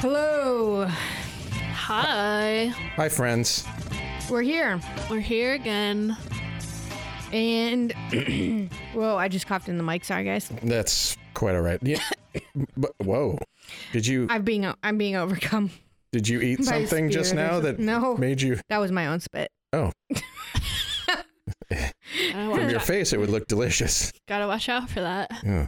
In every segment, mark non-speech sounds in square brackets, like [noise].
Hello, Hi. Hi, friends. we're here. We're here [laughs] again. And [clears throat] whoa, I just coughed in the mic. Sorry, guys. That's quite all right. Yeah. [coughs] but, whoa. Did you I'm being I'm being overcome. did you eat by something just spirit or now that something. No. made you That was my own spit. Gotta from watch, your face? It would look delicious. gotta watch out for that. Yeah.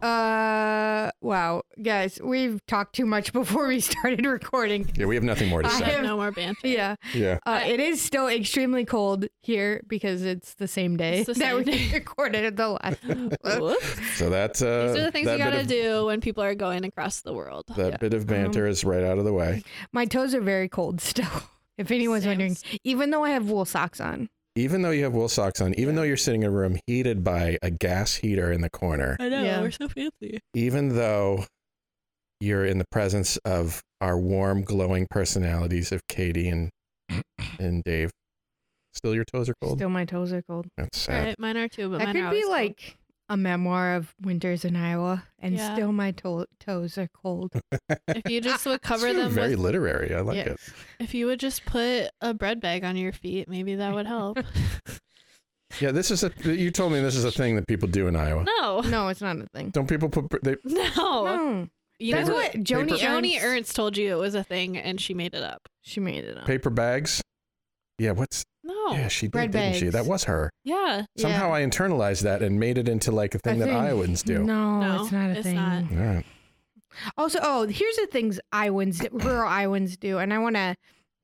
Uh, wow, guys, we've talked too much [laughs] before we started recording. Yeah, we have nothing more to I say. have- No more banter. Yeah. Yeah. Uh, it is still extremely cold here because it's the same day It's the that same we day. [laughs] recorded at the [laughs] last. Whoops. So that uh, These are the things you that gotta bit of, do Um, when people are going across the world. That Yeah. bit of banter is right out of the way. My toes are very cold still. [laughs] If anyone's Sounds- wondering, even though I have wool socks on, Even though you have wool socks on, even though you're sitting in a room heated by a gas heater in the corner, I know, Yeah. we're so fancy. even though you're in the presence of our warm, glowing personalities of Katie and and Dave, still your toes are cold. still my toes are cold. That's All sad. right, mine are too, but that mine are could be always like a memoir of winters in Iowa, and Yeah. still my to- toes are [laughs] cold. cool. if you just [laughs] would cover It's them Very with, literary. I like Yeah. it. if you would just put a bread bag on your feet, maybe that would [laughs] help. Yeah, this is a. You told me this is a thing that people do in Iowa. no. [laughs] No, it's not a thing. Don't people put? br- They, No. No, Oh, You that's know what Joni paper- Joni Ernst. Ernst told you it was a thing and she made it up. She made it up. paper bags. Yeah, what's? No. yeah, she did, bread didn't she? bags. That was her. Oh, Yeah. Yeah. Somehow I internalized that and made it into like a thing A that Iowans do. No, No, it's not a it's thing. not. All right. Also, oh, here's the things Iowans, [coughs] rural Iowans do, and I want to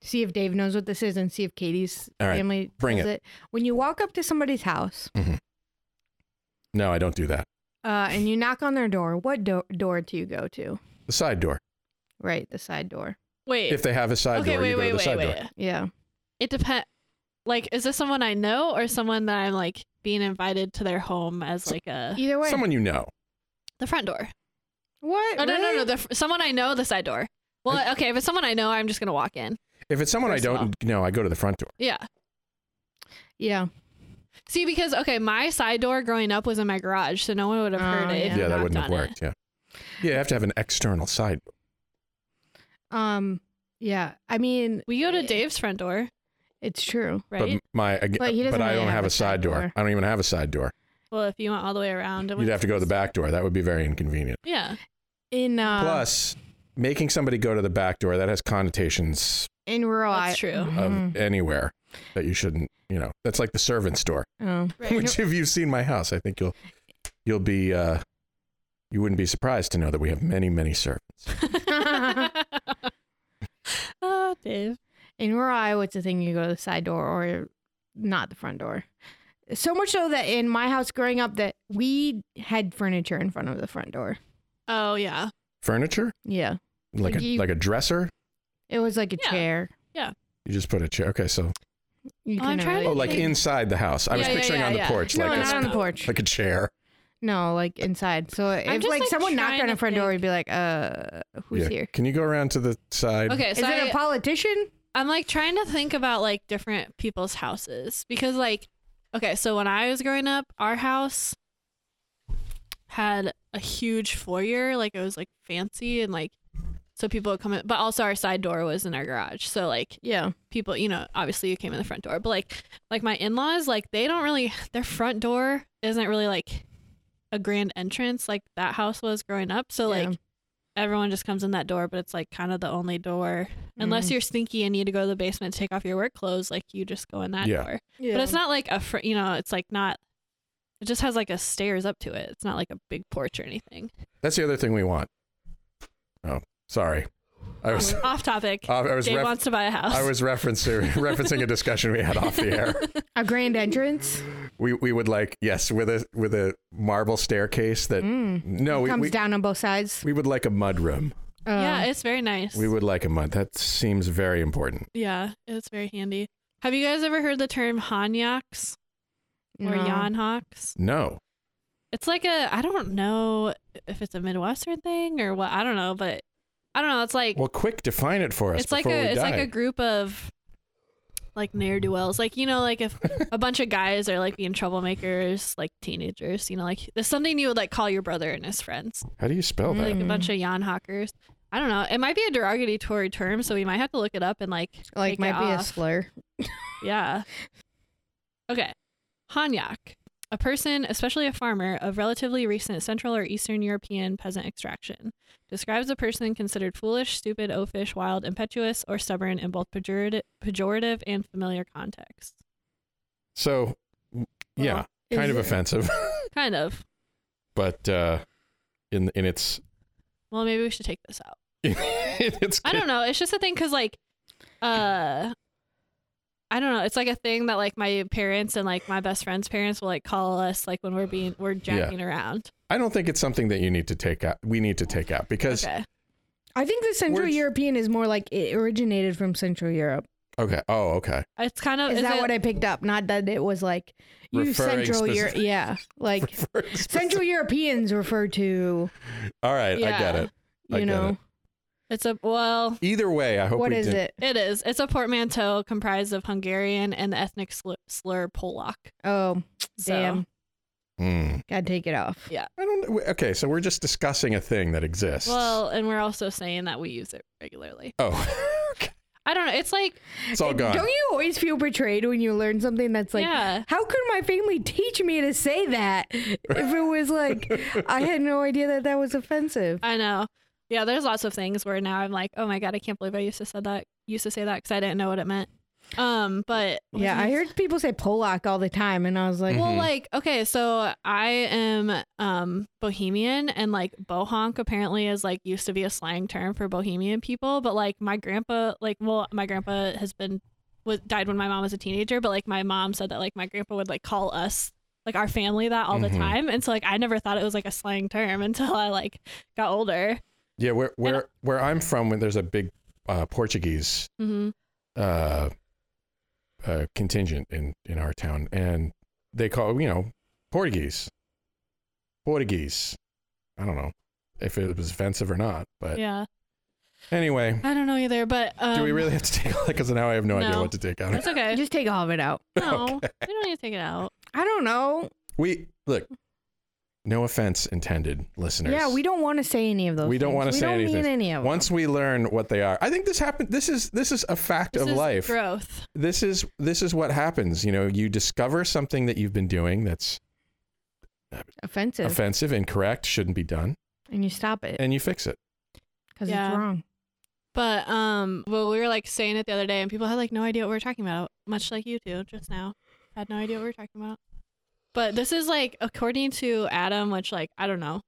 see if Dave knows what this is and see if Katie's All right, family bring does it. When you walk up to somebody's house No, I don't do that. uh, and you knock on their door, what do- door do you go to? The side door. Right, the side door. Wait. If they have a side okay, door, wait, you go wait, to the wait, side wait. door. Yeah, It depends. Like, is this someone I know or someone that I'm like being invited to their home as like a either way. Someone you know. the front door? what? Oh no, no, Really? no. The fr- someone I know, the side door. Well, okay. If it's someone I know, I'm just gonna walk in. If it's someone First I of don't know, I go to the front door. Yeah. yeah, See, because okay, my side door growing up was in my garage, so no one would have heard Oh, it. if yeah. Yeah, you that knocked wouldn't have on it. worked. Yeah. Yeah, you have to have an external side. door. um, yeah. I mean, We go to Dave's front door, it's true. right? But my, ag- But he doesn't I really don't have have a a side side door. door. I don't even have a side door. well, if you went all the way around, it You'd went- have to go to the back door. That would be very inconvenient. Yeah. In uh, Plus, making somebody go to the back door that has connotations in rural, That's I- true. of Mhm. anywhere that you shouldn't. You know, that's like the servants' [laughs] door. Oh. Right. Which, if you've seen my house, I think you'll you'll be uh, you wouldn't be surprised to know that we have many, [laughs] many servants. oh, Dave. In rural Iowa, it's a thing you go to the side door or not the front door. So much so that in my house growing up, that we had furniture in front of the front door. Oh yeah. Furniture, Yeah, like Like a you- like a dresser. it was like a Yeah. chair. You just put a chair. Okay, so You Oh, I'm couldn't trying to oh, really- like think- inside the house. I was Yeah, yeah, picturing yeah, on the yeah. porch, no, like not a, on the porch. like a chair. no, like inside. So if just, like, like, someone knocked trying on to a front door, think. we'd be like, "Uh, who's Yeah. here? Can you go around to the side? Okay, Is so it I- a politician?" I'm like trying to think about like different people's houses because like okay, so when I was growing up, our house had a huge foyer, like it was like fancy and like so people would come in, but also our side door was in our garage. So like Yeah, people, you know, obviously you came in the front door, but like like my in-laws, like they don't really [sighs] their front door isn't really like a grand entrance like that house was growing up. So Yeah. like everyone just comes in that door, but it's like kind of the only door unless Mm. you're stinky and need to go to the basement to take off your work clothes, like you just go in that Yeah. door. yeah. But it's not like a fr- you know, it's like not it just has like a stairs up to it. It's not like a big porch or anything. That's the other thing we want. Oh, sorry. I was, Off topic. Uh, I was, Dave ref- wants to buy a house. I was [laughs] referencing referencing a discussion we had off the air. A grand entrance We we would like yes with a with a marble staircase that Mm. Mm-hmm. no Uh, we comes we, down on both sides. we would like a mud room. Uh, yeah, it's very nice. We would like a mud. That seems very important. yeah, it's very handy. Have you guys ever heard the term hanyaks or no. yanhawks? No, It's like a I don't know if it's a Midwestern thing or what. I don't know, but I don't know. It's like well, quick define it for us. it's like before we a it's like die. a group of like ne'er do wells. Like you know, like if a bunch of guys are like being troublemakers, like teenagers. You know, like there's something you would like call your brother and his friends. How do you spell that? Like a Mm. bunch of yon hawkers. I don't know. It might be a derogatory term, so we might have to look it up and like Like take it might be a off. slur. Yeah. Okay. Hanyak, a person, especially a farmer, of relatively recent Central or Eastern European peasant extraction, describes a person considered foolish, stupid, oafish, wild, impetuous, or stubborn in both pejorative, pejorative and familiar contexts. So w- yeah, Is kind of it- offensive, [laughs] Kind of. but uh, in in its [laughs] Well, maybe we should take this out. in its [laughs] I don't know. It's just a thing because, like, uh, I don't know. It's like a thing that like my parents and like my best friend's parents will like call us like when we're being we're jacking around. I don't think it's something that you need to take out. We need to take out because Okay. I think the Central Words- European is more like it originated from Central Europe. okay. Oh, okay. [laughs] It's kind of Is, is that it- what I picked up? Not that it was like you Referring Central speci- Europe. Yeah, like Central Europeans refer to All right, I get Yeah. it. I you get know it. It's a well. Either way, I hope what we is did. it? It is. It's a portmanteau comprised of Hungarian and the ethnic slur, slur Polak. Oh So, damn, Mm. gotta take it off. I don't. w- Okay, so we're just discussing a thing that exists. Well, and we're also saying that we use it regularly. oh, [laughs] okay. I don't know. It's like it's all gone. Don't you always feel betrayed when you learn something that's like, Yeah. how could my family teach me to say that if it was like I had no idea that that was offensive? I know. Yeah, there's lots of things where now I'm like, oh my god, I can't believe I used to said that. Used to say that because I didn't know what it meant. Um, but what was yeah, I I gonna heard people say Polak all the time, and I was like, Mhm. Well, like, okay, so I am um bohemian and like bohonk apparently is like used to be a slang term for bohemian people, but like my grandpa like well my grandpa has been was died when my mom was a teenager, but like my mom said that like my grandpa would like call us like our family that all Mhm. the time. And so like I never thought it was like a slang term until I like got older. [laughs] yeah, where where where I'm from, when there's a big uh, Portuguese Mm-hmm. uh, uh, contingent in in our town, and they call you know Portuguese, Portuguese. I don't know if it was offensive or not, but Yeah. anyway, I don't know either, but um, Uh, do we really have to take all that? Because now I have no, idea no. what to take out. That's okay. [laughs] just take all of it out. no, we don't need to take it out. I don't know. We look. No offense intended, listeners. Yeah, we don't want to say any of those. We don't things. wanna say We don't anything. mean any of Once we learn what they are, I think this happened. This is this is a fact This of is life. growth. This is this is what happens. You know, you discover something that you've been doing that's them. offensive, offensive, incorrect, shouldn't be done, and you stop it and you fix it. because Yeah. it's wrong. But um, well, we were like saying it the other day, and people had like no idea what we were talking about, much like you two just now, had no idea what we were talking about. But this is like according to Adam, which like I don't know,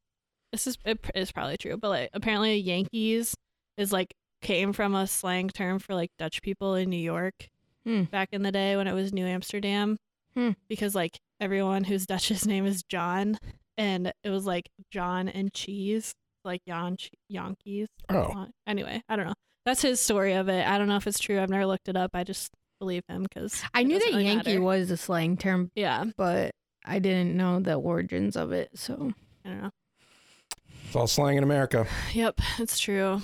this is it pr- is probably true, but like apparently Yankees is like came from a slang term for like Dutch people in New York Hmm. back in the day when it was New Amsterdam, Hmm. because like everyone whose [laughs] Dutch's name is John, and it was like John and cheese, like Jan Yankees. Oh, Uh, Anyway, I don't know. That's his story of it. I don't know if it's true. I've never looked it up. I just believe him because I knew that Yankee was a slang term, Yeah, but I didn't know the origins of it. So I don't know. it's all slang in America. Yep, it's true.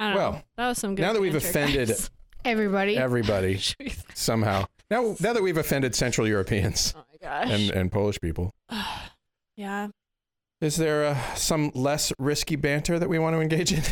I don't know. Well, That was some good. now that we've banter, offended guys. everybody, Everybody [laughs] Should we- somehow. Now, now that we've offended Central Europeans oh my gosh. and and Polish people, [sighs] yeah, is there uh, some less risky banter that we want to engage in?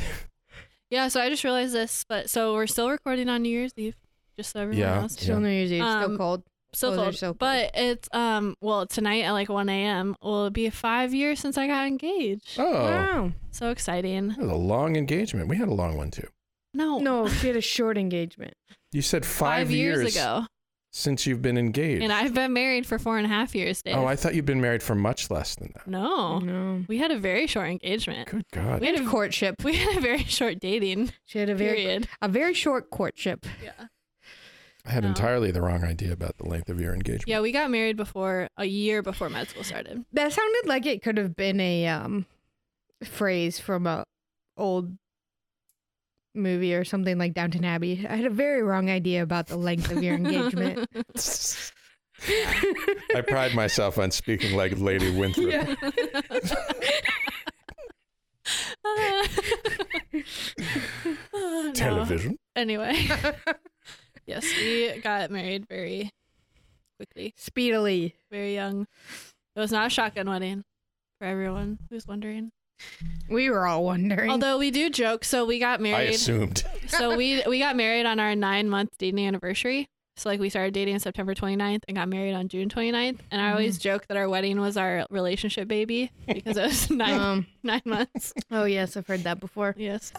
[laughs] yeah. So I just realized this, but so we're still recording on New Year's Eve, just so everyone Yeah. knows. still New Year's Eve, still Um, cold. So, Oh, they're cold. so cold. but it's um well tonight at like one a.m. Will it be five years since I got engaged? Oh, Wow. So exciting! that was a long engagement. We had a long one too. No, No, she had a short engagement. You said five, five, years ago. since you've been engaged. And I've been married for four and a half years, Dave. oh, I thought you'd been married for much less than that. no. No. We had a very short engagement. Good God. We Oh. had And a courtship. [laughs] we had a very short dating She had a very period. a very short courtship. Yeah. I had No. entirely the wrong idea about the length of your engagement. Yeah, we got married before a year before med school started. That sounded like it could have been a um phrase from a old movie or something like Downton Abbey. I had a very wrong idea about the length of your engagement. I pride myself on speaking like [laughs] Lady Winthrop. Yeah. No. Television. Anyway. yes, we got married very quickly, Speedily. very young. It was not a shotgun wedding for everyone who's wondering. We were all wondering. Although we do joke, so we got I married. assumed. [laughs] so we we got married on our 9-month dating anniversary. So like we started dating September 29th and got married on June 29th. And I Mm. always joke that our wedding was our relationship baby because [laughs] it was 9 um 9 months. oh yes, I've heard that before. Yes.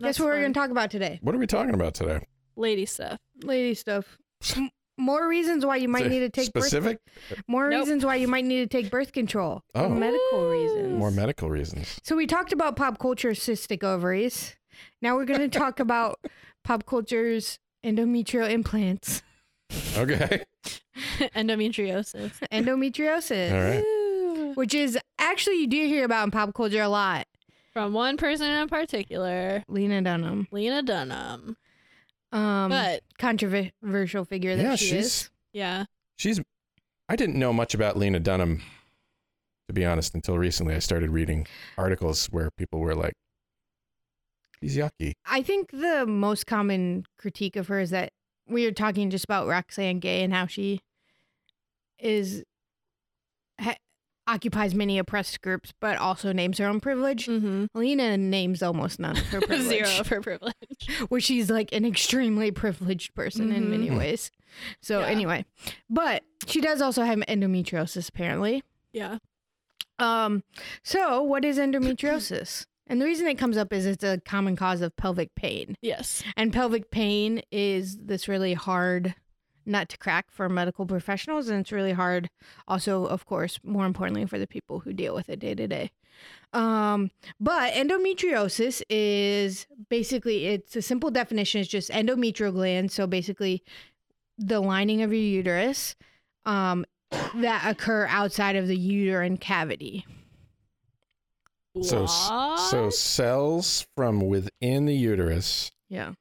Guess what we're going to talk about today? What are we talking about today? lady stuff. Lady stuff. M- More reasons why you might need to take birth specific. More Nope. reasons why you might need to take birth control. Oh. For medical reasons. More medical reasons. so we talked about pop culture cystic ovaries. Now we're going to [laughs] talk about pop culture's endometrial implants, [laughs] Okay. [laughs] Endometriosis. [laughs] endometriosis, All right. which is actually you do hear about in pop culture a lot. From one person in particular, Lena Dunham, Lena Dunham. um, but controversial figure that Yeah, she she's- is. yeah, She's. I didn't know much about Lena Dunham, to be honest, until recently. I started reading articles where people were like, "She's yucky." I think the most common critique of her is that we are talking just about Roxanne Gay and how she is ha- occupies many oppressed groups, but also names her own privilege. mm-hmm. Lena names almost none of [laughs] her privilege, zero of her privilege. [laughs] where she's like an extremely privileged person in many Mhm. ways. So Mm-hmm. Yeah. anyway, but she does also have endometriosis apparently. Yeah, Um, so what is endometriosis? And the reason it comes up is it's a common cause of pelvic pain. yes, And pelvic pain is this really hard nut to crack for medical professionals. And it's really hard, also, of course, more importantly, for the people who deal with it day to day. Um, but endometriosis is basically, it's a simple definition, it's just endometrial gland. So basically, the lining of your uterus um, that occur outside of the uterine cavity. So, s- so What? cells from within the uterus Yeah.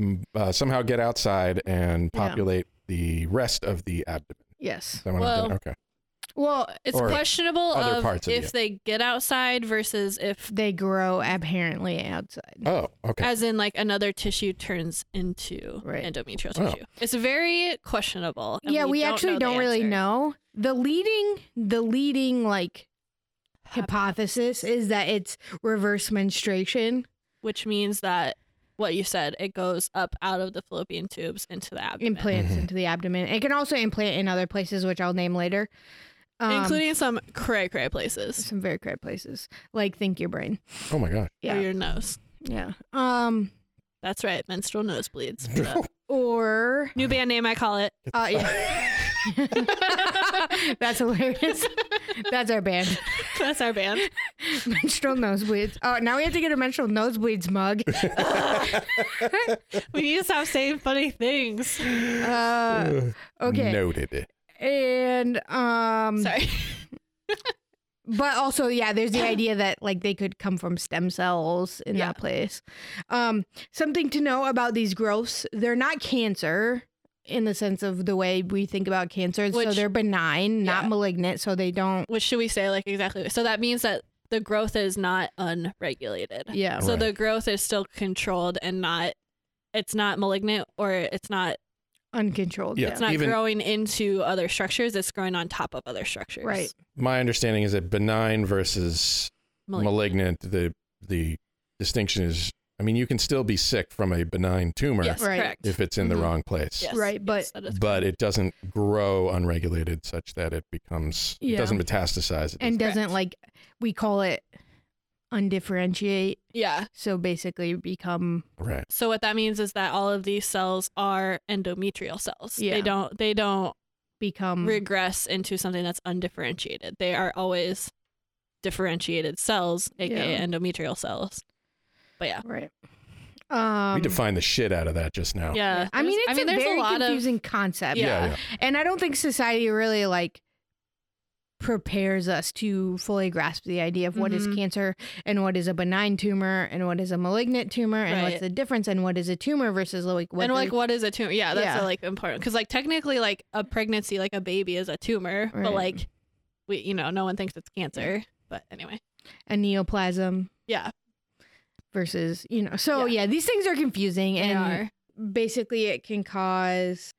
mm, uh, somehow get outside and Yeah. populate the rest of the abdomen. Yes. Is that what I'm Well, doing? okay. well, Oh, it's or questionable other of parts of if you. they get outside versus if, They grow apparently outside. Oh, okay. as in, like another tissue turns into Right. endometrial Oh. tissue. It's very questionable. and yeah, we, actually know don't the really answer. know. The leading the leading like hypothesis is that it's reverse menstruation which means that what you said it goes up out of the fallopian tubes into the abdomen, implants Mhm. into the abdomen. It can also implant in other places, which I'll name later. Um, including some cray cray places some very great places. Like think your brain. oh my gosh. or Yeah. your nose. Yeah. Um That's right, menstrual nosebleeds. [laughs] or New band name, I call it. uh, yeah. [laughs] That's hilarious. That's our band. [laughs] That's our band. Menstrual nosebleeds. Oh, now we have to get a menstrual nosebleeds mug. We need to stop saying funny things. [laughs] Uh, okay. Noted. And um Sorry. [laughs] but also yeah there's the idea that like they could come from stem cells in Yeah. that place um something to know about these growths they're not cancer in the sense of the way we think about cancer so Which- they're benign not yeah. malignant so they don't What should we say? Like exactly. So that means that the growth is not unregulated. yeah So Right. the growth is still controlled and not. It's not malignant or it's not. uncontrolled Yeah. It's not Even- growing into other structures. It's growing on top of other structures. right My understanding is that benign versus Malignant. malignant, the the distinction is I mean, you can still be sick from a benign tumor Yes, Right. correct. if it's in the Mhm. wrong place. Yes, Right, but- yes, that is But correct. it doesn't grow unregulated such that it becomes it Yeah. doesn't metastasize. It and doesn't- doesn't Correct. like we call it undifferentiate. Yeah. So basically become Right. So what that means is that all of these cells are endometrial cells. Yeah. They don't they don't become regress into something that's undifferentiated. They are always differentiated cells, aka Yeah. endometrial cells. But yeah. right. Um we defined the shit out of that just now. Yeah. I mean, There's- it's a very confusing concept. Yeah. Yeah. yeah. And I don't think society really like prepares us to fully grasp the idea of what is Mhm. cancer and what is a benign tumor and what is a malignant tumor and what's Right. the difference and what is a tumor versus like what and the- like what is a tumor yeah that's Yeah. uh, like important because like technically like a pregnancy like a baby is a tumor Right. but like we you know no one thinks it's cancer but anyway a neoplasm yeah versus you know so yeah, Yeah. these things are confusing they and are basically it can cause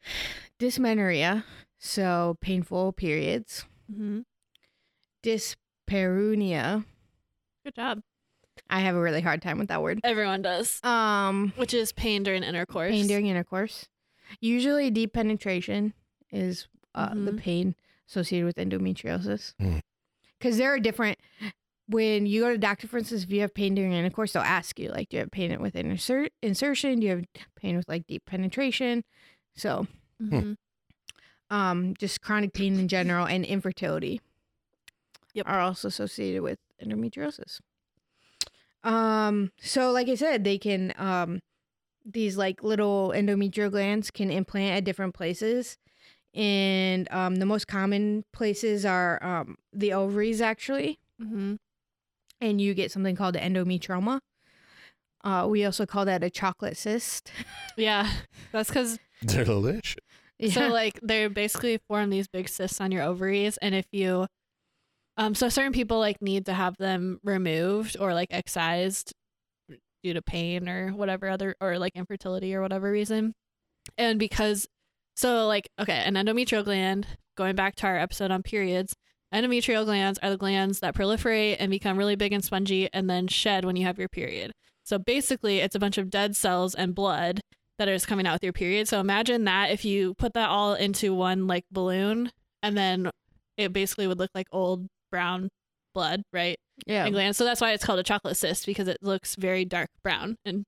dysmenorrhea so painful periods Mm-hmm. Mhm. dyspareunia good job i have a really hard time with that word everyone does um which is pain during intercourse pain during intercourse usually deep penetration is uh, the Mhm. pain associated with endometriosis Mm. because there are different when you go to doctor for instance if you have pain during intercourse they'll ask you like do you have pain with insert- insertion do you have pain with like deep penetration so Hmm. Mhm. um, just chronic pain in general and infertility Yep. are also associated with endometriosis. Um, so like I said, they can um, these like little endometrial glands can implant at different places, and um, the most common places are um, the ovaries actually, Mhm. and you get something called endometrioma. Uh, we also call that a chocolate cyst. [laughs] yeah [laughs] that's because [laughs] Delicious. so like they basically form these big cysts on your ovaries and if you um so certain people like need to have them removed or like excised due to pain or whatever other or like infertility or whatever reason and because so like okay an endometrial gland going back to our episode on periods endometrial glands are the glands that proliferate and become really big and spongy and then shed when you have your period so basically it's a bunch of dead cells and blood that is coming out with your period. So imagine that if you put that all into one like balloon and then it basically would look like old brown blood, right? yeah, And glands. So that's why it's called a chocolate cyst because it looks very dark brown and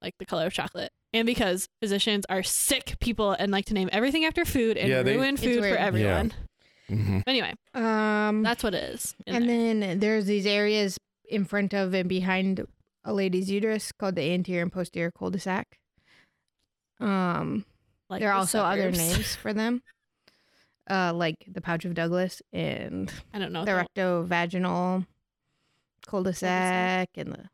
like the color of chocolate. And because physicians are sick people and like to name everything after food and Yeah, they- ruin It's food weird. for Yeah. everyone. hmm Anyway, um, that's what it is. in and there. then there's these areas in front of and behind a lady's uterus called the anterior and posterior cul-de-sac. Um, like there are the also other suburbs. [laughs] names for them, uh, like the pouch of Douglas and I don't know. the what that- rectovaginal cul-de-sac and the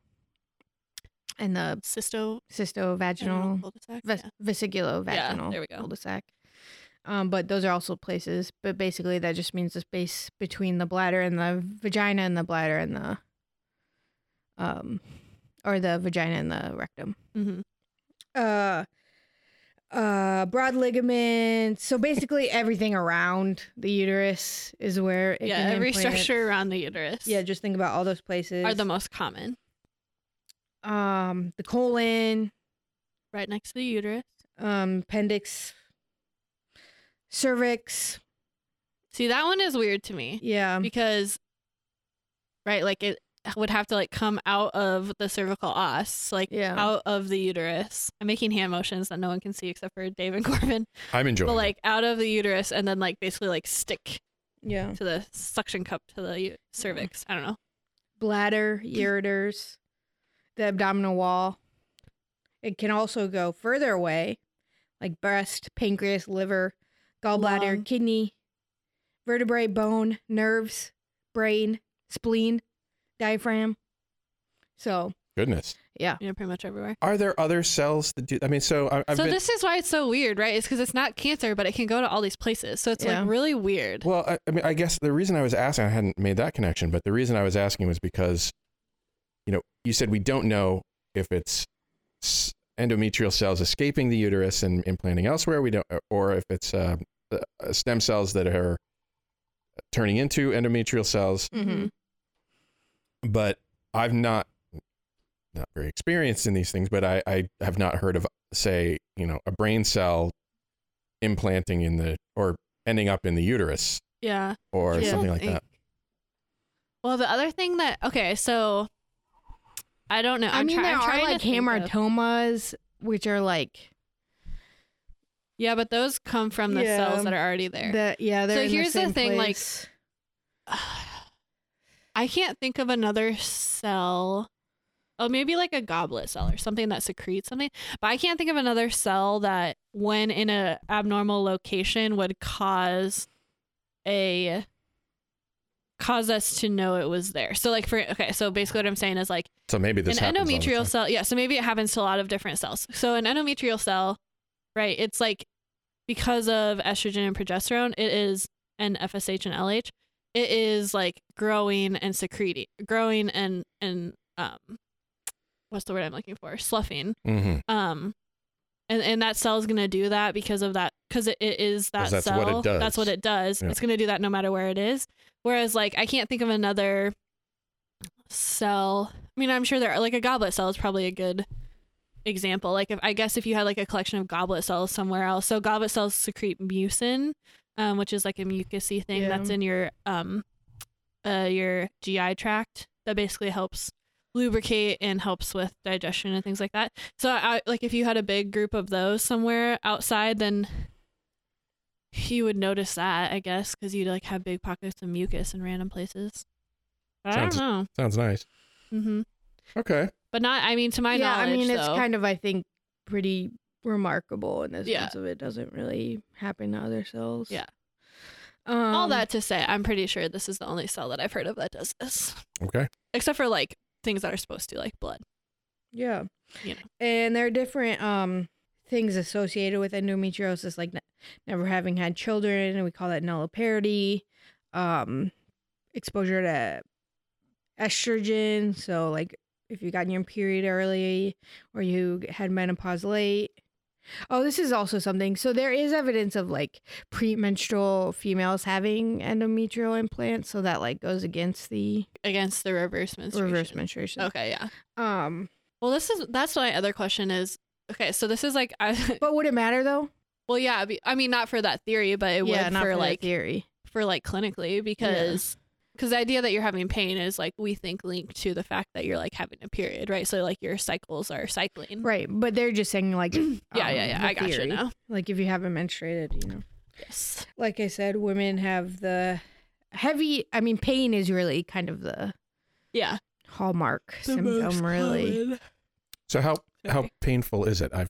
and the Cysto. I don't cystovaginal know, cul-de-sac? ves- Yeah. vesiculovaginal there we go. cul-de-sac. Um, but those are also places. But basically, that just means the space between the bladder and the vagina, and the bladder and the, um, or the vagina and the rectum. Mhm. Uh, uh, broad ligaments. So basically, everything around the uterus is where it Yeah, can every implant. structure around the uterus. Yeah, just think about all those places. are the most common. um the colon, right next to the uterus. um appendix, cervix, See, that one is weird to me Yeah. because, right, like it would have to like come out of the cervical os, like Yeah. out of the uterus. I'm making hand motions that no one can see except for Dave and [laughs] Corbin, I'm enjoying. but it. like out of the uterus and then like basically like stick Yeah. to the suction cup to the u- cervix. I don't know. Bladder, ureters, the abdominal wall. It can also go further away, like breast, pancreas, liver, gallbladder, Lung. kidney, vertebrae, bone, nerves, brain, spleen, diaphragm. So, goodness. yeah. You know, pretty much everywhere. Are there other cells that do? I mean, so I, I've so been. this is why it's so weird, right? It's because it's not cancer, but it can go to all these places. So it's Yeah. like really weird. well, I, I mean, I guess the reason I was asking, I hadn't made that connection, but the reason I was asking was because, you know, you said we don't know if it's s- endometrial cells escaping the uterus and implanting elsewhere. We don't, or if it's uh, uh, stem cells that are turning into endometrial cells. Mm-hmm. Mhm. but I've not not very experienced in these things, but I, I have not heard of say, you know, a brain cell implanting in the or ending up in the uterus Yeah. or Yeah. something like that. Well, the other thing that okay, so I don't know. I I'm mean, try- there I'm are trying to like think of- hamartomas, which are like Yeah, but those come from the Yeah. cells that are already there. the yeah. They're So in here's the same thing, like, place. I can't think of another cell. Oh, maybe like a goblet cell or something that secretes something. But I can't think of another cell that, when in a abnormal location, would cause a cause us to know it was there. So, like for okay, so basically what I'm saying is like So maybe this an happens all the endometrial time. cell yeah so maybe it happens to a lot of different cells so an endometrial cell right it's like because of estrogen and progesterone it is and fsh and lh it is like growing and secreting growing and and um what's the word i'm looking for sloughing Mhm. um and and that cell is going to do that because of that because it, it is that 'Cause that's cell what it does. that's what it does Yeah. it's going to do that no matter where it is whereas like i can't think of another cell i mean i'm sure there are like a goblet cell is probably a good example like if i guess if you had like a collection of goblet cells somewhere else so goblet cells secrete mucin um, which is like a mucousy thing Yeah. that's in your um uh your gi tract that basically helps lubricate and helps with digestion and things like that so I, like if you had a big group of those somewhere outside then you would notice that i guess because you'd like have big pockets of mucus in random places but Sounds- i don't Sounds nice. know hmm Okay. but not i mean to my yeah, knowledge I mean, it's though. kind of I think pretty remarkable in this Yeah. sense of it doesn't really happen to other cells. Yeah. Um, all that to say i'm pretty sure this is the only cell that i've heard of that does this Okay. except for like things that are supposed to like blood Yeah. You know. And there are different um things associated with endometriosis, like ne- never having had children, and we call that nulliparity, um, exposure to estrogen. So, like if you got your period early or you had menopause late. Oh, this is also something. So there is evidence of like premenstrual females having endometrial implants, so that like goes against the against the reverse menstruation reverse menstruation. okay yeah Um, well this is that's my other question is okay so this is like i but would it matter though? well yeah be- i mean not for that theory but it yeah, would not for, that like theory. for like clinically because because the idea that you're having pain is like we think linked to the fact that you're like having a period right so like your cycles are cycling Right, Um, but they're just saying like yeah, Mm-hmm. [clears throat] yeah yeah yeah i got you now Like if you haven't menstruated, you know. yes Like I said, women have the heavy I mean pain is really kind of the yeah hallmark symptom really. So how how Sorry. painful is it? I've,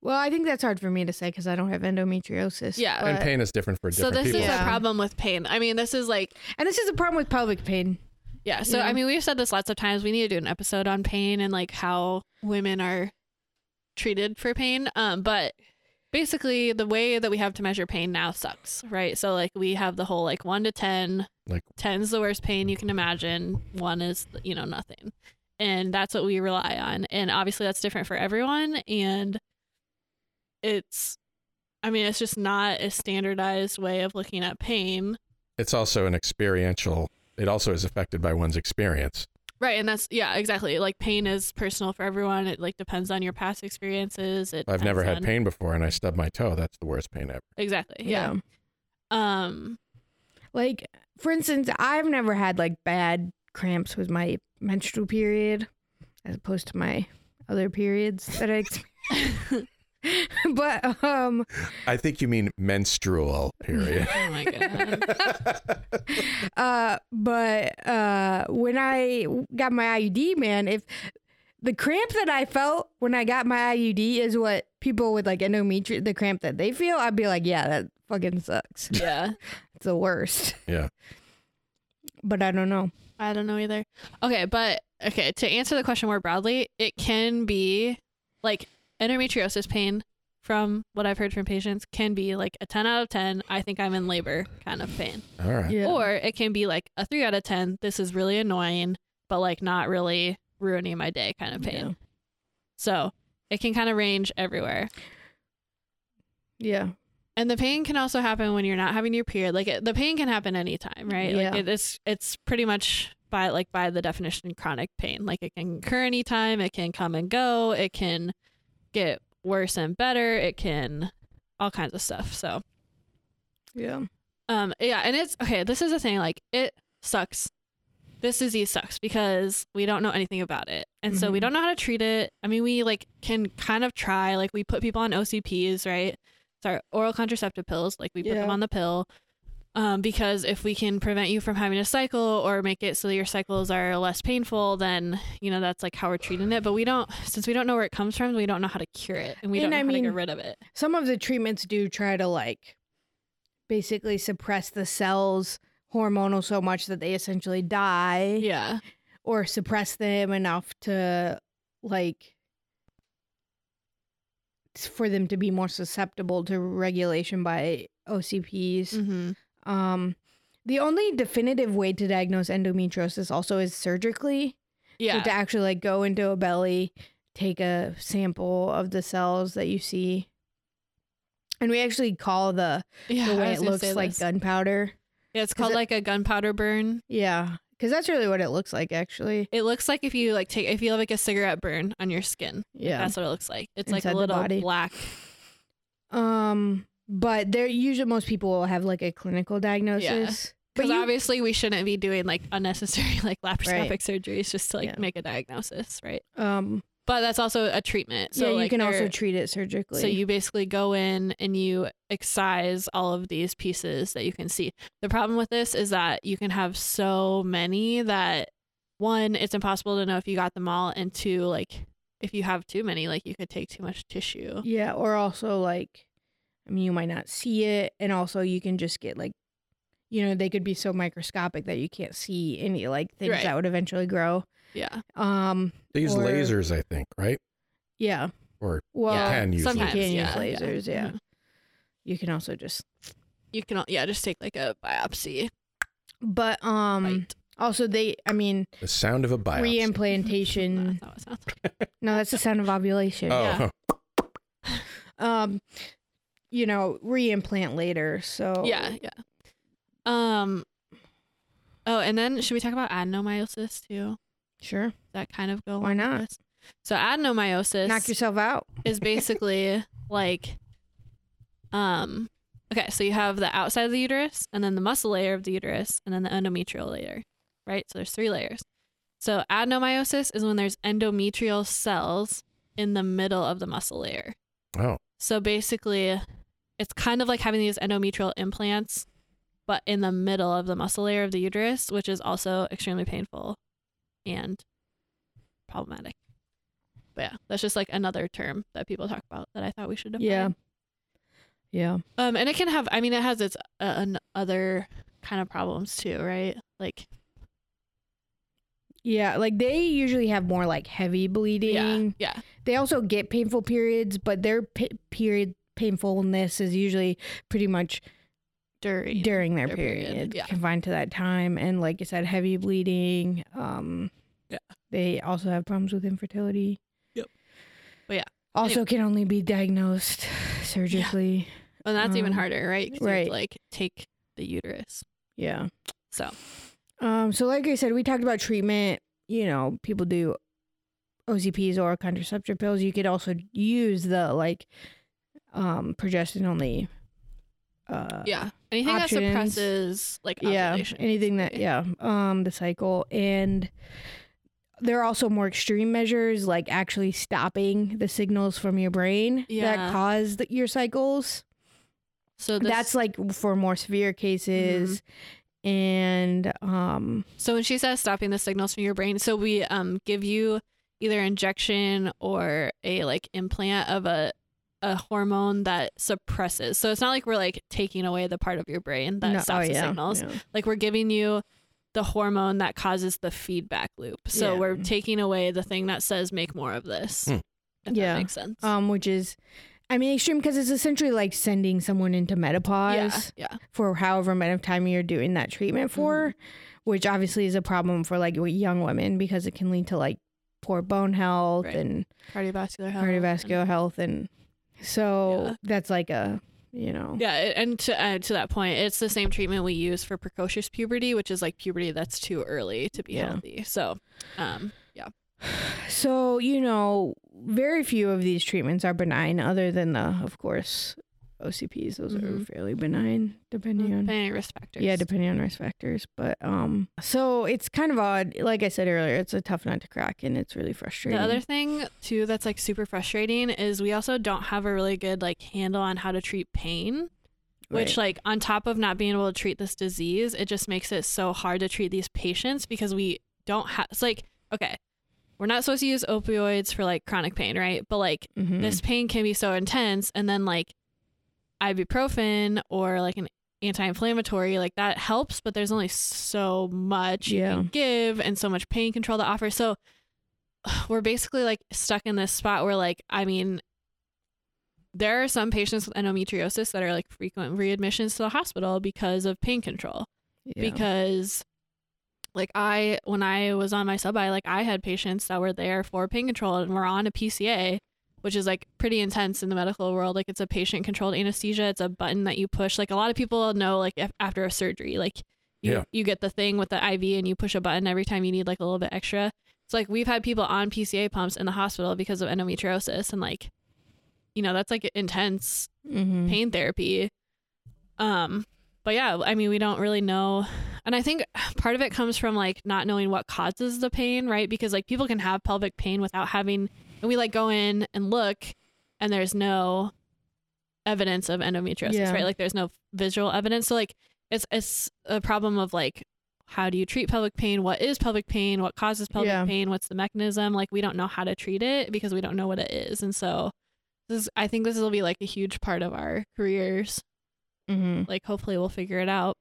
Well, I think that's hard for me to say cuz I don't have endometriosis. Yeah. and but- pain is different for so different this people. is Yeah. a problem with pain i mean this is like and this is the problem with pelvic pain. yeah so Yeah. i mean we've said this lots of times we need to do an episode on pain and like how women are treated for pain um but basically the way that we have to measure pain now sucks right so like we have the whole like 1 to 10 Like 10 is the worst pain you can imagine. One is, you know, nothing. And that's what we rely on. And obviously, that's different for everyone. And it's, I mean, it's just not a standardized way of looking at pain. it's also an experiential. It also is affected by one's experience. Right. And that's, yeah, exactly. Like, pain is personal for everyone. It, like, depends on your past experiences. It I've never depends had on- pain before, and I stubbed my toe. That's the worst pain ever. Exactly. Yeah. Um, Like for instance, I've never had like bad cramps with my menstrual period as opposed to my other periods that I experienced. [laughs] but um I think you mean menstrual period. oh my [laughs] God. uh, but uh, when I got my IUD, man, if the cramp that I felt when I got my IUD is what people with like endometri the cramp that they feel, I'd be like, yeah, that fucking sucks. yeah. It's the worst. Yeah. But I don't know. I don't know either. Okay, but okay, to answer the question more broadly, it can be like endometriosis pain from what I've heard from patients can be like a 10 out of 10, I think I'm in labor kind of pain. All right. Yeah. Or it can be like a 3 out of 10, this is really annoying, but like not really ruining my day kind of pain. Yeah. So, it can kind of range everywhere. yeah. And the pain can also happen when you're not having your period. Like it, the pain can happen anytime, right? Yeah. Like it, it's it's pretty much by like by the definition chronic pain. Like it can occur anytime, it can come and go, it can get worse and better, it can all kinds of stuff. So, Yeah. um yeah, and it's okay, this is the thing like it sucks this disease sucks because we don't know anything about it. And so we Mhm. don't know how to treat it. I mean, we like can kind of try, like we put people on OCPs, right? It's our oral contraceptive pills, like we put Yeah. them on the pill. Um, because if we can prevent you from having a cycle or make it so that your cycles are less painful, then you know that's like how we're treating it. But we don't, since we don't know where it comes from, we don't know how to cure it, and we And don't know I how to mean- get rid of it. some of the treatments do try to like basically suppress the cells hormonal so much that they essentially die Yeah, or suppress them enough to like s- for them to be more susceptible to regulation by OCPs. mm-hmm. Um the only definitive way to diagnose endometriosis also is surgically. So yeah, to actually like go into a belly, take a sample of the cells that you see. And we actually call the yeah. the I way was it gonna looks say like this. gunpowder. Yeah, it's Is called it- like a gunpowder burn. Yeah, cuz that's really what it looks like actually. It looks like if you like take if you have like a cigarette burn on your skin. Yeah. That's what it looks like. It's Inside like the a body. little black. Um, but there usually most people will have like a clinical diagnosis. But [laughs] Because you, obviously we shouldn't be doing like unnecessary [laughs] like laparoscopic Right. surgeries just to like Yeah. make a diagnosis, right? um, But that's also a treatment. So yeah, you like, can also they're- treat it surgically. so you basically go in and you excise all of these pieces that you can see. The problem with this is that you can have so many that one, it's impossible to know if you got them all, and two, like if you have too many, like you could take too much [laughs] tissue. yeah, or also like, I mean, you might not see it, and also you can just get like, you know, they could be so microscopic that you can't see any like things Right. that would eventually grow. Yeah. Um, They use Or- lasers, I think, right? yeah. Or Well, yeah. can use you Sometimes, can use yeah, yeah. lasers. Yeah, Mhm. you can also just, You can, al- yeah, just take like a biopsy. but um, bite. [laughs] also they, I mean, the sound of a biopsy. reimplantation. That's not what it sounds like. no, that's the sound of ovulation. oh, yeah. um you know reimplant later so Yeah, yeah. Um. Oh, and then should we talk about adenomyosis too? sure That kind of go. Why along with not? this? So adenomyosis knock yourself out is [laughs] basically like, um, okay. So you have the outside of the uterus, and then the muscle layer of the uterus, and then the endometrial layer, right? So there's three layers. So adenomyosis is when there's endometrial cells in the middle of the muscle layer. oh, [laughs] So basically, it's kind of like having these endometrial implants, but in the middle of the muscle layer of the uterus, which is also extremely painful and problematic. But yeah, that's just like another term that people talk about that I thought we should define. Yeah. yeah Um, and it can have. I mean, it has its uh, an other kind of problems too, right? Like, yeah like they usually have more like heavy bleeding yeah, yeah, they also get painful periods but their pe- period painfulness is usually pretty much during, during their, Their period, period, yeah. confined to that time and like i said heavy bleeding um Yeah. they also have problems with infertility Yep. But yeah. also can only be diagnosed surgically and that's even um, harder, right? 'Cause you have right. to, like, take the uterus. yeah. So Um, so like I said, we talked about treatment. You know, people do OCPs or contraceptive pills. You could also use the like um progestin only uh yeah, anything that options. suppresses like yeah ovulation, anything that basically. yeah um the cycle and there are also more extreme measures like actually stopping the signals from your brain that Yeah. cause the, your cycles So this, Mm-hmm. that's like for more severe cases and um so when she says stopping the signals from your brain, so we um give you either injection or a like implant of a a hormone that suppresses. So it's not like we're like taking away the part of your brain that no- stops oh, the yeah, signals. yeah. Like we're giving you the hormone that causes the feedback loop. So Yeah. we're taking away the thing that says make more of this. Hmm. If Yeah. that makes sense. um, which is, I mean, extreme because it's essentially like sending someone into yeah, menopause yeah. for however amount of time you're doing that treatment for, Mm-hmm. which obviously is a problem for like young women because it can lead to like poor bone health Right. and Cardiovascular health. and- cardiovascular health, and so Yeah. that's like a you know Yeah, a- and to uh, to that point, it's the same treatment we use for precocious puberty, which is like puberty that's too early to be Yeah. healthy. So, um, yeah, So, you know, very few of these treatments are benign other than the, of course, OCPs. Those are Mhm. fairly benign, depending on Depending on risk factors. yeah, depending on risk factors. But um, so it's kind of odd. Like I said earlier, it's a tough nut to crack, and it's really The frustrating. other thing too that's like super frustrating is we also don't have a really good like handle on how to treat pain, which like on top of not being able to treat this disease, it just makes it so hard to treat these patients because we don't have it's like okay, we're not supposed to use opioids for like chronic pain, right? But like like mhm. this pain can be so intense and then like ibuprofen or like an anti-inflammatory like that helps but there's only so much Yeah. you can give and so much pain control to offer so [sighs] we're basically like stuck in this spot where like i mean there are some patients with endometriosis that are like frequent readmissions to the hospital because of pain control Yeah. because like I when I was on my sub I like I had patients that were there for pain control and were on a PCA which is like pretty intense in the medical world like it's a patient controlled anesthesia it's a button that you push like a lot of people know like af- after a surgery like you, Yeah. you get the thing with the IV and you push a button every time you need like a little bit extra it's like we've had people on PCA pumps in the hospital because of endometriosis and like you know that's like intense Mhm. pain therapy. Um, but yeah, I mean, we don't really know. And I think part of it comes from like not knowing what causes the pain, right? Because like people can have pelvic pain without having, and we like go in and look, and there's no evidence of endometriosis, Yeah. right? Like there's no visual evidence. So like it's it's a problem of like how do you treat pelvic pain? What is pelvic pain? What causes pelvic Yeah. pain? What's the mechanism? Like we don't know how to treat it because we don't know what it is. And so this is, I think this will be like a huge part of our careers. Mhm. Like hopefully we'll figure it out.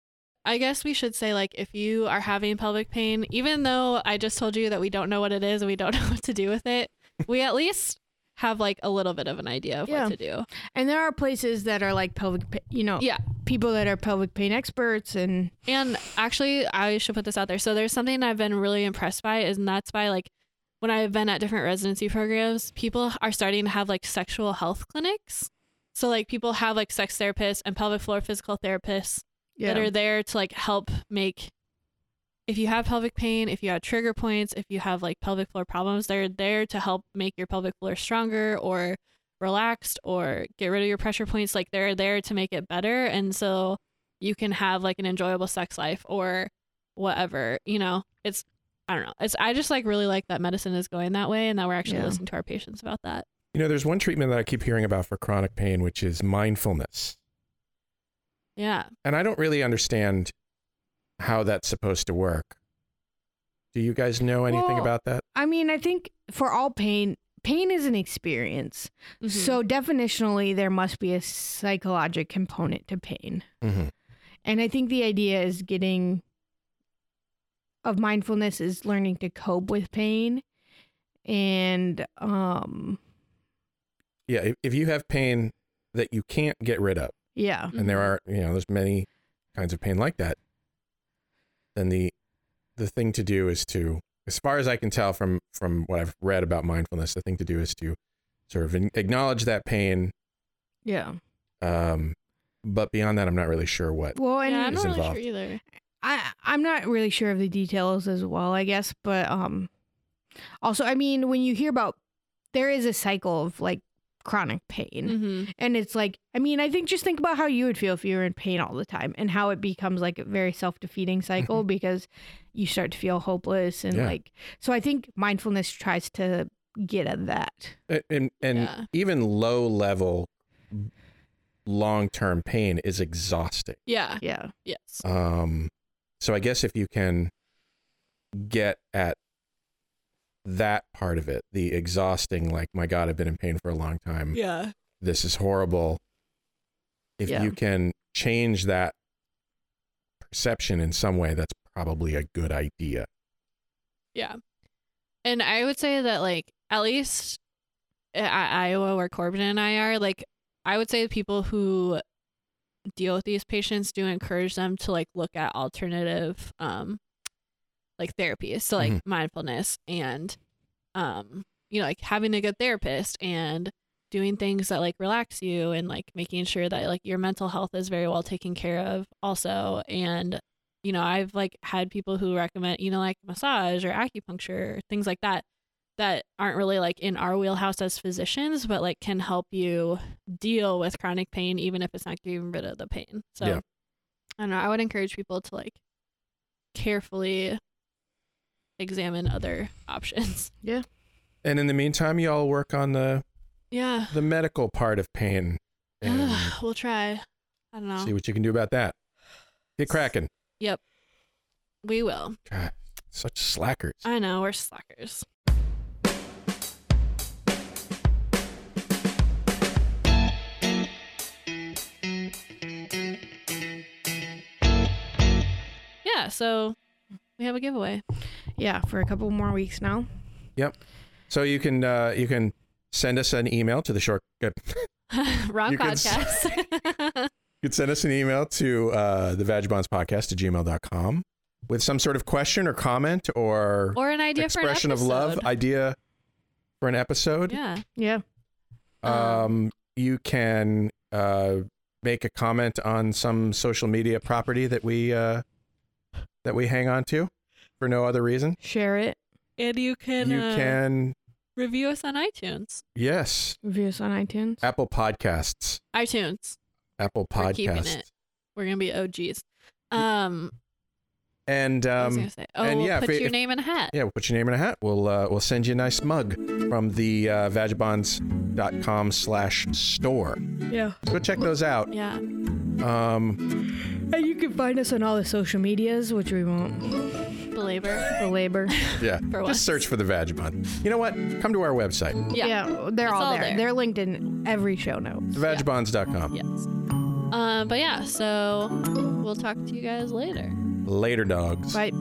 I guess we should say like if you are having pelvic pain, even though I just told you that we don't know what it is and we don't [laughs] know what to do with it, we at least have like a little bit of an idea of Yeah. what to do. And there are places that are like pelvic, pa- you know, Yeah. people that are pelvic pain experts, and And actually, I should put this out there. So there's something I've been really impressed by, is- and that's by like when I've been at different residency programs, people are starting to have like sexual health clinics. So like people have like sex therapists and pelvic floor physical therapists yeah, that are there to like help make if you have pelvic pain, if you have trigger points, if you have like pelvic floor problems, they're there to help make your pelvic floor stronger or relaxed or get rid of your pressure points. Like they're there to make it better. And so you can have like an enjoyable sex life or whatever, you know, it's, I don't know. It's, I just like really like that medicine is going that way and that we're actually Yeah. listening to our patients about that. You know, there's one treatment that I keep hearing about for chronic pain, which is mindfulness. Yeah. And I don't really understand how that's supposed to work. Do you guys know anything Well, about that? I mean, I think for all pain, pain is an experience. Mhm. So definitionally, there must be a psychologic component to pain, Mm-hmm. and I think the idea is getting of mindfulness is learning to cope with pain, and um, Yeah. If, if you have pain that you can't get rid of, yeah, and there are, you know, there's many kinds of pain like that, then the the thing to do is to, as far as I can tell from from what I've read about mindfulness, the thing to do is to sort of acknowledge that pain. yeah. Um, but beyond that, I'm not really sure what. Well, and yeah, I'm is not really involved. sure either. I I'm not really sure of the details as well, I guess, but um also I mean when you hear about there is a cycle of like chronic pain hmm and it's like I mean I think just think about how you would feel if you were in pain all the time and how it becomes like a very self-defeating cycle because you start to feel hopeless and Yeah. like so I think mindfulness tries to get at that. A- and and Yeah. even low level long term pain is exhausting Yeah. Yeah. Yes. um so i guess if you can get at that part of it the exhausting like my god i've been in pain for a long time Yeah. this is horrible if Yeah. you can change that perception in some way that's probably a good idea Yeah. And I would say that, like, at least at Iowa, where Corbin and I are, like, I would say the people who deal with these patients do encourage them to, like, look at alternative, um, like, therapies. So, like, Mhm. mindfulness and, um, you know, like having a good therapist and doing things that like relax you and like making sure that like your mental health is very well taken care of also and you know, I've like had people who recommend, you know, like massage or acupuncture, things like that. that aren't really like in our wheelhouse as physicians, but like can help you deal with chronic pain, even if it's not getting rid of the pain. So Yeah. I don't know. I would encourage people to like carefully examine other options. [laughs] And in the meantime, y'all work on the Yeah. the medical part of [sighs] pain and we'll try. I don't know. see what you can do about that. Get cracking. we will. God, such slackers. I know. We're slackers. Yeah. So we have a giveaway. [laughs] Yeah, for a couple more weeks now. So you can uh, you can send us an email to the short. You Wrong You can s- podcast. [laughs] can send us an email to uh, the Vagabonds Podcast at gmail.com with some sort of question or comment or, or an idea for an expression of love, episode. idea for an episode. Yeah. Yeah. Um, you can uh, make a comment on some social media property that we uh, that we hang on to for no other reason. Share it. And you can, you uh, can review us on iTunes. yes, Review us on iTunes. Apple Podcasts, iTunes. Apple We're keeping Podcasts, it. We're gonna be OGs. Um, and I was um, gonna say, oh, and we'll yeah, if put it- your if- name in a hat. yeah, we'll put your name in a hat. We'll uh, we'll send you a nice mug from the uh, vagabonds.com slash store. Yeah. So go check those out. Yeah. Um, And you can find us on all the social medias, which we won't belabor belabor. yeah, for once. just search for the Vagabond. You know what? Come to our website. Yeah. they're It's all, all there. there. They're linked in every show note. Vagabonds.com. Yes. Uh, Um, but yeah, so we'll talk to you guys later. Later, dogs. Right.